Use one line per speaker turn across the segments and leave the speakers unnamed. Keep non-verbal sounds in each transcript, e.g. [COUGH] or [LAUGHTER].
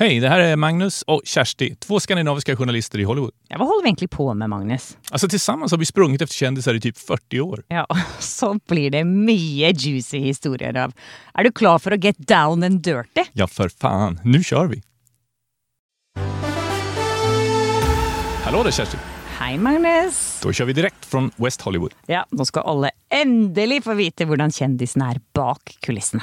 Hej, det här är Magnus och Kersti, två skandinaviska journalister i Hollywood.
Ja, vad håller vi egentligen på med, Magnus?
Alltså tillsammans har vi sprungit efter kändisar i typ 40 år.
Ja, [LAUGHS] så blir det mycket juicy historier av. Är du klar för att get down and dirty?
Ja, för fan. Nu kör vi! Hallå där Kersti!
Hej, Magnus!
Då kör vi direkt från West Hollywood.
Ja, nu ska alla äntligen få veta hur kändisen är bak kulisserna.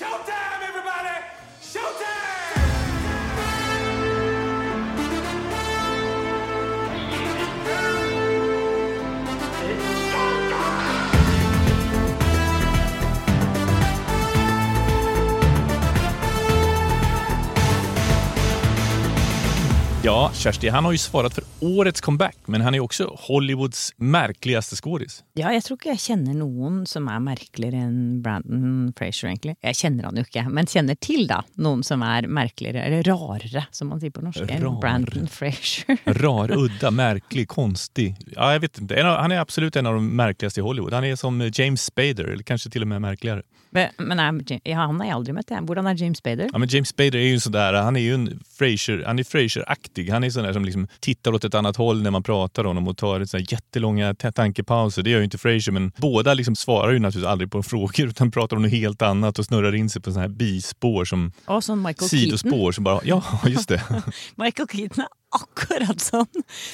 showtime, everybody! Showtime!
Ja, Kersti, han har ju svarat för årets comeback, men han är också Hollywoods märkligaste skådis.
Ja, jag tror inte jag känner någon som är märkligare än Brandon Fraser egentligen. Jag känner honom ju inte, men känner till då någon som är märkligare, eller rarare som man säger på norska, än
Rar.
Brandon Fraser. [LAUGHS]
Rar, udda, märklig, konstig. Ja, jag vet inte. En av, han är absolut en av de märkligaste i Hollywood. Han är som James Spader, eller kanske till och med märkligare.
men men är, ja, han har jag aldrig mött. Hur är James Bader?
Ja, men James Spader är ju en sån där, han är ju en Frasier, han är Frasier-aktig. Han är sån där som liksom tittar åt ett annat håll när man pratar om honom och tar sån där jättelånga ta- tankepauser. Det gör ju inte Frasier, men båda liksom svarar ju naturligtvis aldrig på [LAUGHS] frågor utan pratar om något helt annat och snurrar in sig på såna här bispår som
Och sån Michael Keaton.
sidospår som bara, ja [LAUGHS] just det.
Michael Keaton er akkurat sånn.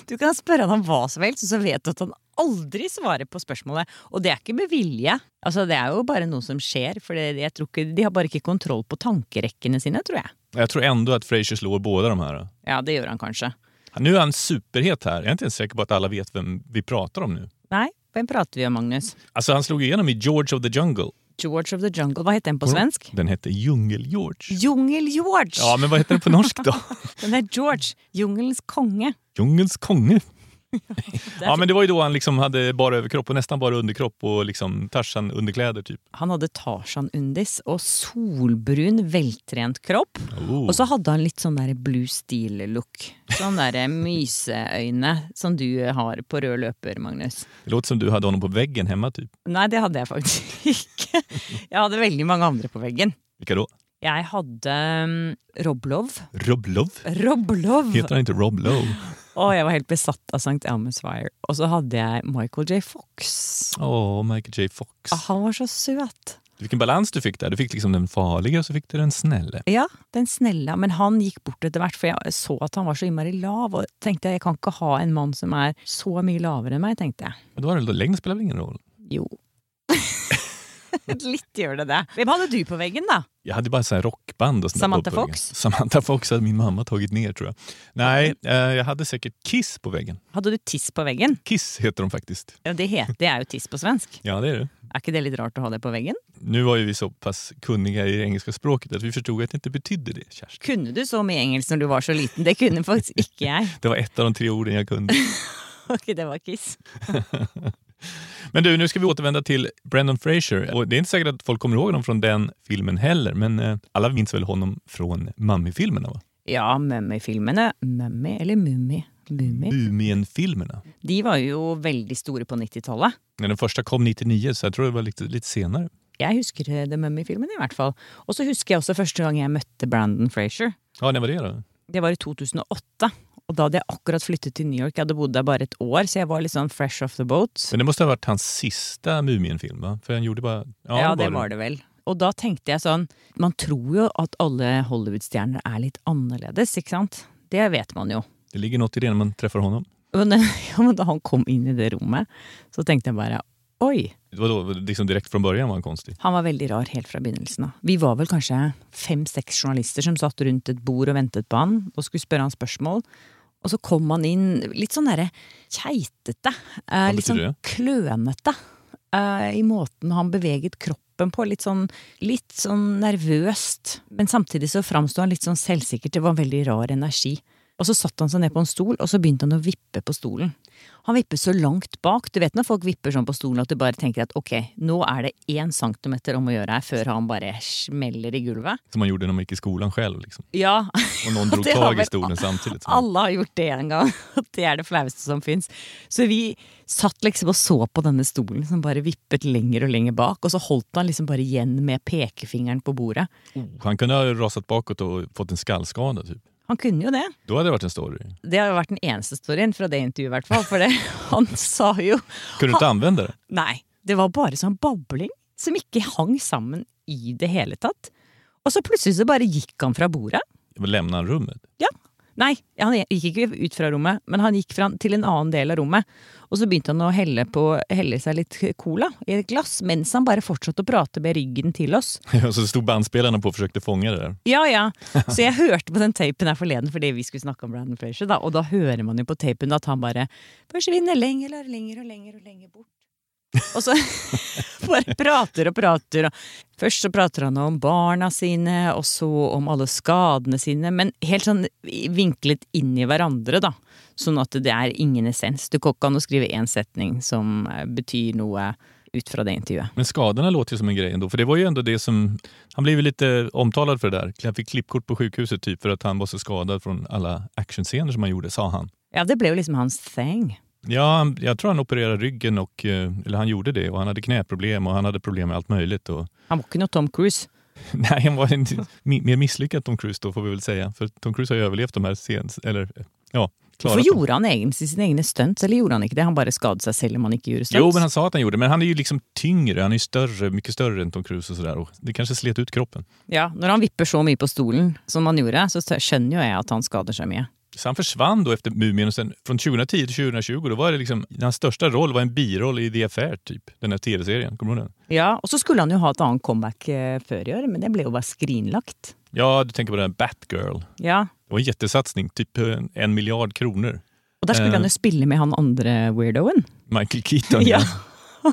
Du kan spørre han om hva som helst, og så vet du at han aldri svarer på spørsmålet. Og det er ikke med vilje. Altså, det er jo bare noe som skjer. For det, jeg tror ikke, de har bare ikke kontroll på tankerekkene sine, tror jeg.
Jag tror ändå att Frasier slår båda de här.
Ja, det gjør han kanskje.
Nu är han superhet här. Jag är inte ens säker på att alla vet vem vi pratar om nu.
Nei, hvem prater vi om, Magnus?
Alltså han slog igenom i George of the Jungle.
George of the Jungle. Hva heter den på svensk?
Den hette Djungel-George.
Jungel-George!
Ja, men vad heter den på norsk då?
Den er George. Jungelens konge.
Djungelns konge. [LAUGHS] ja, men det var ju då han liksom hade bara överkropp och nästan bara underkropp och liksom Tarzan-underkläder typ.
Han hadde Tarzan-undis og solbrun, veltrent kropp.
Oh.
Och så hade han lite sån där blue steel look. Sån där myseögon som du har på röd löper, Magnus.
Det låter som du hade honom på väggen hemma typ.
Nej, det hade jag faktiskt inte. Jag hade väldigt många andra på väggen.
Vilka då?
Jag hade um, Roblov.
Rob Love?
Roblov!
Heter han inte Rob Lowe?
Åh, jag var helt besatt av St. Elmo's Fire. Och så hade jag Michael J Fox.
Åh, Michael J Fox.
Ah, Han var så söt.
Vilken balans du fick där. Du fick liksom den farliga och så fick du den snälla.
Ja, den snälla. Men han gick bort etter hvert, for jeg så att han var så innmari lav. Og tenkte jeg, jeg kan ikke ha en man som är så mycket lavere än mig, tenkte jag.
Men då var det då längden spelar väl ingen roll?
Jo. [LAUGHS] Litt gjør det det. Hvem hadde du på veggen, da?
Jag hade bara så här rockband och sånt där
Samantha
på väggen.
Fox?
Samantha Fox hade min mamma tagit ner tror jag. Nej, eh, jag hade säkert Kiss på väggen.
Hadde du tiss på veggen?
Kiss heter de faktiskt.
Ja, det, heter, det er jo tiss på svensk.
Ja, det är det.
Er ikke det litt rart å ha det på veggen?
Nu var ju vi så pass kunniga i det engelska språket att vi förstod att det inte betydde det, Kerstin.
Kunne du så mye engelsk når du var så liten? Det kunne faktisk ikke jeg.
Det var ett av de tre orden jag kunde.
[LAUGHS] Ok, det var kiss.
Men du, nu ska vi återvända till Brendan Fraser. Och det är inte säkert att folk kommer ihåg honom från den filmen heller, men eh, alla minns väl honom från Mummy-filmerna? va?
Ja, Mummy-filmene. Mummy eller Mummi? Mummi.
Mumien-filmerna.
De var jo veldig store på 90-tallet.
När den första kom 99, så jag tror det var lite, lite senare.
Jeg husker eh, The Mummy-filmen i hvert fall. Og så husker jeg også første gang jeg møtte Brandon Fraser.
Ja, när var det då?
Det var i 2008. Og da hadde jeg akkurat flyttet til New York. Jeg hadde bodd der bare et år, så jeg var litt sånn fresh off the boat.
Men det måste ha varit hans sista Mumien-film, va? För han gjorde bara...
Ja, det var det vel. Og da tenkte jeg sånn Man tror jo at alle Hollywood-stjerner er litt annerledes, ikke sant? Det vet man jo.
Det ligger något i det när man träffar honom.
Men, [LAUGHS] ja, men da han kom inn i det rommet, så tenkte jeg bare Oi!
Det var då, liksom direkt från början var han konstig.
Han var veldig rar helt fra begynnelsen av. Vi var vel kanskje fem-seks journalister som satt rundt et bord og ventet på han, og skulle spørre han spørsmål. Og så kom han inn litt sånn derre keitete. Eh, litt
betyr
sånn klønete. eh, i måten han beveget kroppen på. Litt sånn, litt sånn nervøst. Men samtidig så framsto han litt sånn selvsikkert. Det var en veldig rar energi. Og så satte han seg ned på en stol, og så begynte han å vippe på stolen. Han vipper så langt bak. Du vet når folk vipper sånn på stolen at du bare tenker at ok, nå er det én centimeter om å gjøre her før han bare smeller i gulvet.
Som man gjorde när man gick i skolan själv. Liksom.
Ja. [LAUGHS]
Och någon drog
Det har
tag i
väl
stolen samtidigt. som-
Alle har gjort det en gang. [LAUGHS] At det er det flaueste som fins. Så vi satt liksom og så på denne stolen som bare vippet lenger og lenger bak. Og så holdt han liksom bare igjen med pekefingeren på bordet.
Han kunde ha rasat bakåt och fått en skallskada. Typ.
Han kunne jo det.
Då hade det varit en story.
Det har jo vært den eneste storyen fra det intervjuet, i hvert fall. For det, [LAUGHS] han sa jo
Kunde du inte använda det?
Nei. Det var bare sånn babling som ikke hang sammen i det hele tatt. Og så plutselig så bare gikk han fra bordet.
Lämna rummet. [LAUGHS]
Ja. Nei, han gikk ikke ut fra rommet, men han gikk fra, til en annen del av rommet. Og så begynte han å helle, på, helle seg litt cola i et glass, mens han bare fortsatte å prate med ryggen til oss.
Och så stod bandspelarna på och försökte fånga det där.
Ja, ja. Så jeg hørte på den tapen her forleden fordi vi skulle snakke om Brandon Fraser, da, og da hører man jo på tapen at han bare forsvinner lenger og lenger og lenger og lenger bort. Og så [LAUGHS] bare prater og prater. Og først så prater han om barna sine, og så om alle skadene sine, men helt sånn vinklet inn i hverandre, da. Sånn at det er ingen essens. Du går ikke an å skrive én setning som eh, betyr noe ut fra det intervjuet.
Men skadorna låter ju som en grej ändå. För det var ju ändå det som... Han blev ju lite omtalad för det där. Han fick klippkort på sjukhuset typ för att han var så skadad från alla actionscener som han gjorde, sa han.
Ja, det ble jo liksom hans thing.
Ja, han- jag tror han opererade ryggen och... eh, Eller han gjorde det och han hade knäproblem och han hade problem med allt möjligt. Och,
Han var ikke noe Tom Cruise.
[LAUGHS] nej, han var en mi- mer misslyckad Tom Cruise då får vi väl säga. För Tom Cruise har ju överlevt de här scenes... Eller ja, klarat
Hvorfor
dem.
gjorde han egentlig sine egne stunts, eller gjorde han ikke det? Han bare skadet seg selv om han ikke gjorde stunts?
Jo, men han sa att han gjorde Men han är ju liksom tyngre. Han är ju större, mycket större än Tom Cruise och sådär. Och det kanske slet ut kroppen.
Ja, Når han vipper så mye på stolen som han gjorde, så skjønner jo jeg at han skader seg mye.
Så han försvann då efter Mumien och sen från 2010 till 2020 då var det liksom, hans största roll var en biroll i The Affair typ, den här tv-serien. Kommer du ihåg den?
Ja, Og så skulle han jo ha et annet comeback eh, før i år, men det ble jo bare skrinlagt.
Ja, du tänker på den här Batgirl.
Ja,
Det var en jättesatsning, typ eh, en miljard kronor.
Og der skulle
Eh.
han jo spille med han andre weirdoen.
Michael Keaton
Ja.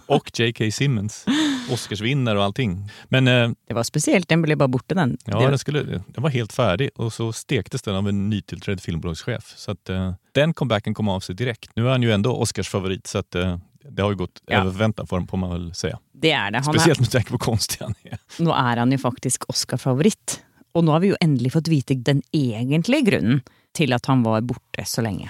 och J.K. Simmons. Oscarsvinnare og allting. Men eh,
Det var spesielt, den ble bare borte, den.
ja, den, skulle, den var helt färdig och så stektes den av en nytillträdd filmbolagschef. Så att, eh, den comebacken kom av sig direkt. Nu är han ju ändå Oscarsfavorit så att, eh, det har ju gått
Ja.
över förväntan för honom får man väl säga.
det er det. Han er,
Speciellt med tanke på hur konstig han är.
nå er han jo faktisk Oscar-favoritt. Og nå har vi jo endelig fått vite den egentlige grunnen til at han var borte så lenge.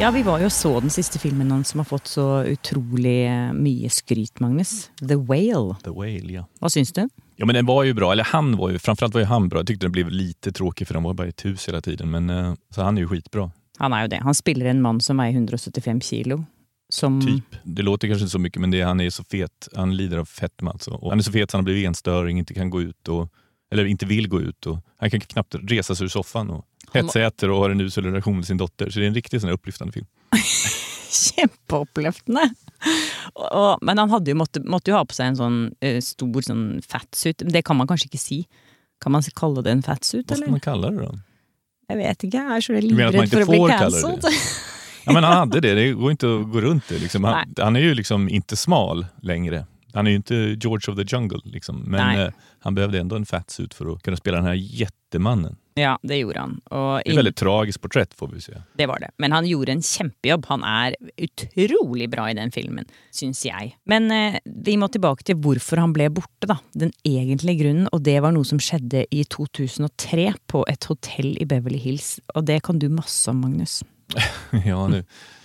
Ja, vi var jo og så den siste filmen hans som har fått så utrolig eh, mye skryt, Magnus. The Whale.
The Whale, ja.
Hva syns du?
Ja men den var ju bra, eller han var ju, framförallt var ju han bra. Jag tyckte den blev lite tråkig för de var bara i ett hus hela tiden. Men, eh, så han är ju skitbra,
Han er jo det. Han spiller en mann som veier 175 kilo. Som
typ. Det låter kanske inte så mycket men det, han är så fet, han lider av fetma alltså. Och han är så fet så han har blivit enstöring, inte kan gå ut och, eller inte vill gå ut. Och, han kan knappt resa sig ur soffan och hetsäter och har en usel relation med sin dotter. Så det är en riktigt sån här upplyftande film.
[LAUGHS] Kjempeoppløftende! Og, og, men han hadde jo måtte, måtte jo ha på seg en sånn eh, stor sånn fatsuit. Men Det kan man kanskje ikke si. Kan man kalle det en fatsuit,
Vad ska
eller?
man kalla det då?
Jeg vet ikke. Jeg er så
mener at man
livredd
ikke
for å bli
får kalle det
cancelled.
Ja, men han hade det, det går inte att gå runt det. Liksom. Han,
Nej.
han är ju liksom inte smal längre. Han är ju inte George of the Jungle, liksom, men
Nej.
eh, han behövde ändå en fatsuit för att kunna spela den här jättemannen.
[LAUGHS] Ja, det gjorde han. Och
Det är ett
in-
väldigt tragiskt porträtt får vi säga.
Det var det. Men han gjorde en kjempejobb. Han er utrolig bra i den filmen, syns jeg. Men eh, vi må tilbake til hvorfor han ble borte, da. Den egentlige grunnen, og det var noe som skjedde i 2003 på et hotell i Beverly Hills. Og det kan du masse om, Magnus.
[LAUGHS] ja, nu.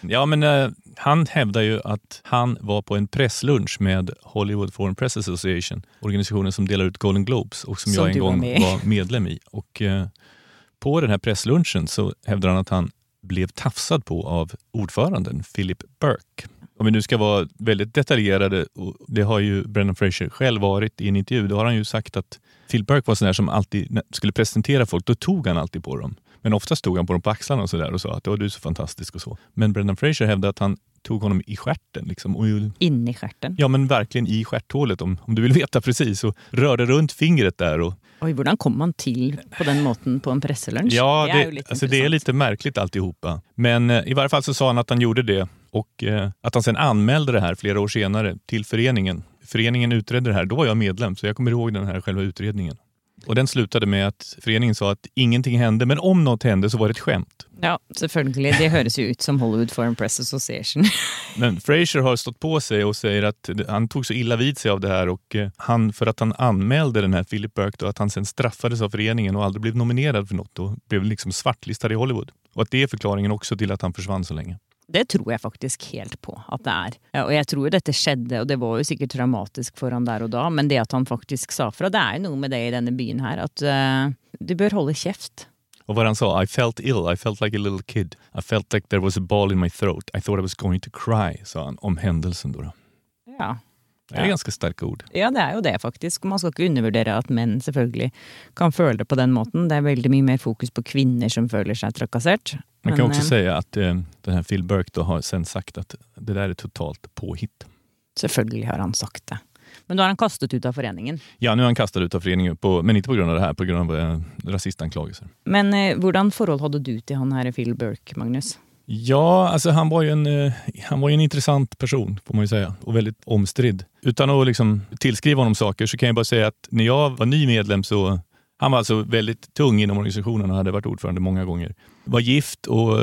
ja, men eh, han hävdar ju att han var på en presslunch med Hollywood Foreign Press Association, organisationen som delar ut Golden Globes och som,
Som
jag en
du var
gång
med i.
var medlem i. Och eh, på den här presslunchen så hävdar han att han blev tafsad på av ordföranden Philip Burke. Om vi nu ska vara väldigt detaljerade, och det har ju Brendan Fraser själv varit i en intervju, då har han ju sagt att Phil Burke var sån där som alltid när- skulle presentera folk, då tog han alltid på dem. Men ofta tog han på dem på axlarna och sådär och sa att "Åh, du är så fantastisk och så. Men Brendan Fraser hävdade att han tog honom i stjärten liksom, och ju-
Inni stjerten.
Ja, men verkligen i stjärthålet om, om du vill veta precis. Och rörde runt fingret där. Och,
Oi, hvordan kom han til på den måten på en presselunsj?
ja,
er jo
det,
litt
alltså, det är
interessant.
lite märkligt alltihopa. Men eh, i varje fall så sa han att han gjorde det och eh, att han sen anmälde det här flera år senare till föreningen. Föreningen utredde det här. Då var jag medlem, så jag kommer ihåg den här själva utredningen. Och den slutade med att föreningen sa att ingenting hände, men om något hände så var det ett skämt.
Ja, selvfølgelig. Det høres jo ut som Hollywood Foreign Press Association.
Men Fraser har stått på sig och säger att han tog så illa vid sig av det här och eh, han, för att han anmälde den här Philip Burke då, att han sen straffades av föreningen och aldrig blev nominerad för något och blev liksom svartlistad i Hollywood. Och att det är förklaringen också till att han försvann så länge.
Det tror jeg faktisk helt på at det er. Ja, Og jeg tror dette skjedde, og det var jo sikkert traumatisk for han der og da, men det at han faktisk sa fra, det er jo noe med det i denne byen her, at eh, du bør holde kjeft.
Och vad han sa, I felt ill, I felt like a little kid. I felt like there was a ball in my throat. I thought I was going to cry, sa han om händelsen då. då.
Ja.
Det är
Ja.
ganska starka ord.
ja, det er jo det, faktisk. Man skal ikke undervurdere at menn selvfølgelig kan føle det på den måten. Det er veldig mye mer fokus på kvinner som føler seg trakassert.
Man kan
Men,
också
eh,
säga att eh, den här Phil Burke då har sen sagt att det där är totalt påhitt.
Selvfølgelig har han sagt det. Men nå er han kastet ut av foreningen.
Ja, nu är han kastad ut av föreningen, på, men inte på grund av det här, på grund av eh, rasistanklagelser.
Men eh, hvordan forhold hadde du til han her Phil Burke, Magnus?
Ja, alltså han var ju en, eh, han var ju en intressant person, får man ju säga, och väldigt omstridd. Utan att liksom tillskriva honom saker så kan jag bara säga att när jag var ny medlem så han var alltså väldigt tung inom organisationen och hade varit ordförande många gånger. Var gift, och,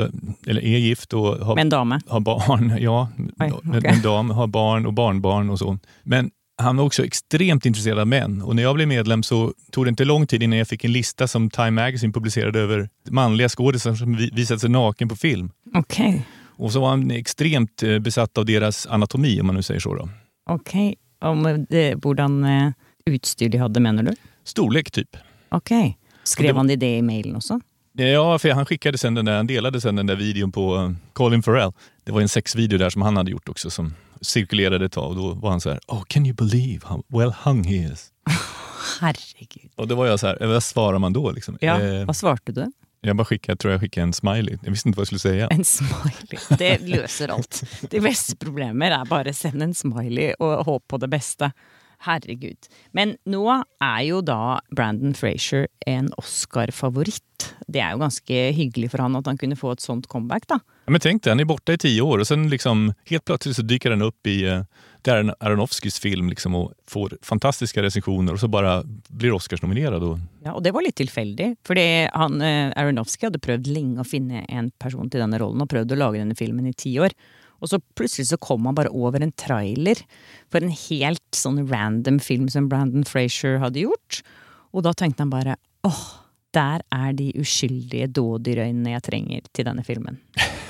eller är gift och har
Med en dame?
har barn, ja.
Oj,
en,
okej.
en dam har barn och barnbarn och så. Men han var också extremt intresserad av män och när jag blev medlem så tog det inte lång tid innan jag fick en lista som Time Magazine publicerade över manliga skådisar som vi- visat sig naken på film.
Ok,
Och så var han extremt eh, besatt av deras anatomi om man nu säger så. Då.
Ok, om det, hvordan eh, utstyr de hadde, mener du?
Storlek typ.
Ok.
Det
Skrev
var-
han det i det i mailen också?
Ja, för han skickade sen den där, han delade sen den där videon på eh, Colin Farrell. Det var en sexvideo där som han hade gjort också som cirkulerade ett tag och då var han så här, oh can you believe how well hung he is?
Herregud.
Och då var jag så här, "Eh, vad svarar man då? Liksom?
Ja,
Eh,
Hva svarte du?
jag bara skickade, jag tror jag skickade en smiley. Jag visste inte vad jag skulle säga.
En smiley. Det løser alt. De beste problemer er bare send en smiley og håp på det beste. Herregud. Men nå er jo da Brandon Frazier en Oscar-favoritt. Det er jo ganske hyggelig for han at han kunne få et sånt comeback, da.
Ja, Men tänk dig, han är borta i tio år och sen liksom, helt plötsligt så dyker han upp i eh, Darren Aronofskys film liksom, och får fantastiska recensioner och så bara blir Oscarsnominerad. Och, [LAUGHS]
Ja, og det var litt tilfeldig, fordi han, eh, Aronofsky hadde prøvd lenge å finne en person til denne rollen, og prøvd å lage denne filmen i ti år. Og så plutselig så kom han bare over en trailer for en helt sånn random film som Brandon Frazier hadde gjort. Og da tenkte han bare åh, der er de uskyldige dådyrøynene jeg trenger till denne filmen.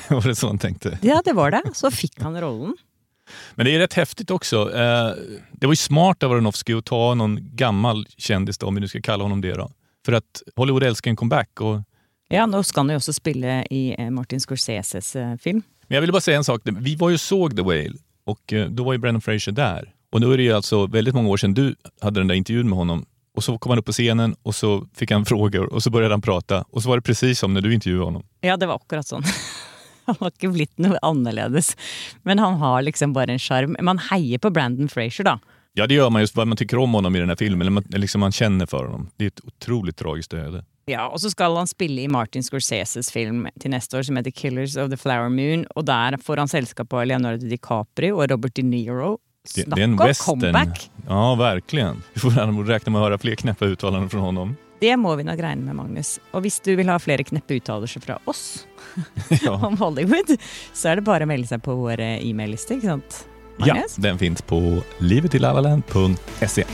var det så han tänkte?
Ja, det var det. Så fikk han rollen.
Men det är rätt häftigt också. Eh, det var ju smart av Aronofsky att ta någon gammal kändis, då, om vi nu ska kalla honom det. Då. För att Hollywood älskar en comeback. Och,
Ja, nå skal han jo også spille i eh, Martin Scorseses eh, film.
Men jag ville bara säga en sak. Vi var ju och såg The Whale och eh, då var ju Brendan Fraser där. Och nu är det ju alltså väldigt många år sedan du hade den där intervjun med honom. Och så kom han upp på scenen och så fick han [LAUGHS] frågor och så började han prata. Och så var det precis som när du intervjuade honom.
Ja, det var akkurat sånn. [LAUGHS] Han har ikke blitt noe annerledes. Men han har liksom bare en sjarm. Man heier på Brandon Frazier, da.
Ja, det gör man just vad man tycker om honom i den här filmen. Eller man, eller liksom man känner för honom. Det är ett otroligt tragiskt öde.
Ja, Og så skal han spille i Martin Scorseses film til neste år som heter Killers of the Flower Moon. Og der får han selskap av Leonardo DiCaprio og Robert De Niro.
Det,
Snakk
det är en
om
western.
comeback.
Ja, verkligen. Vi får räkna med att höra fler knäppa uttalanden från
[LAUGHS]
honom.
Det må vi nok regne med, Magnus. Og hvis du vil ha flere kneppe uttalelser fra oss
Ja.
om Hollywood, så er det bare å melde seg på våre e-mail-lister, ikke sant?
Ja,
Magnus?
den finns på livetillallaland.se.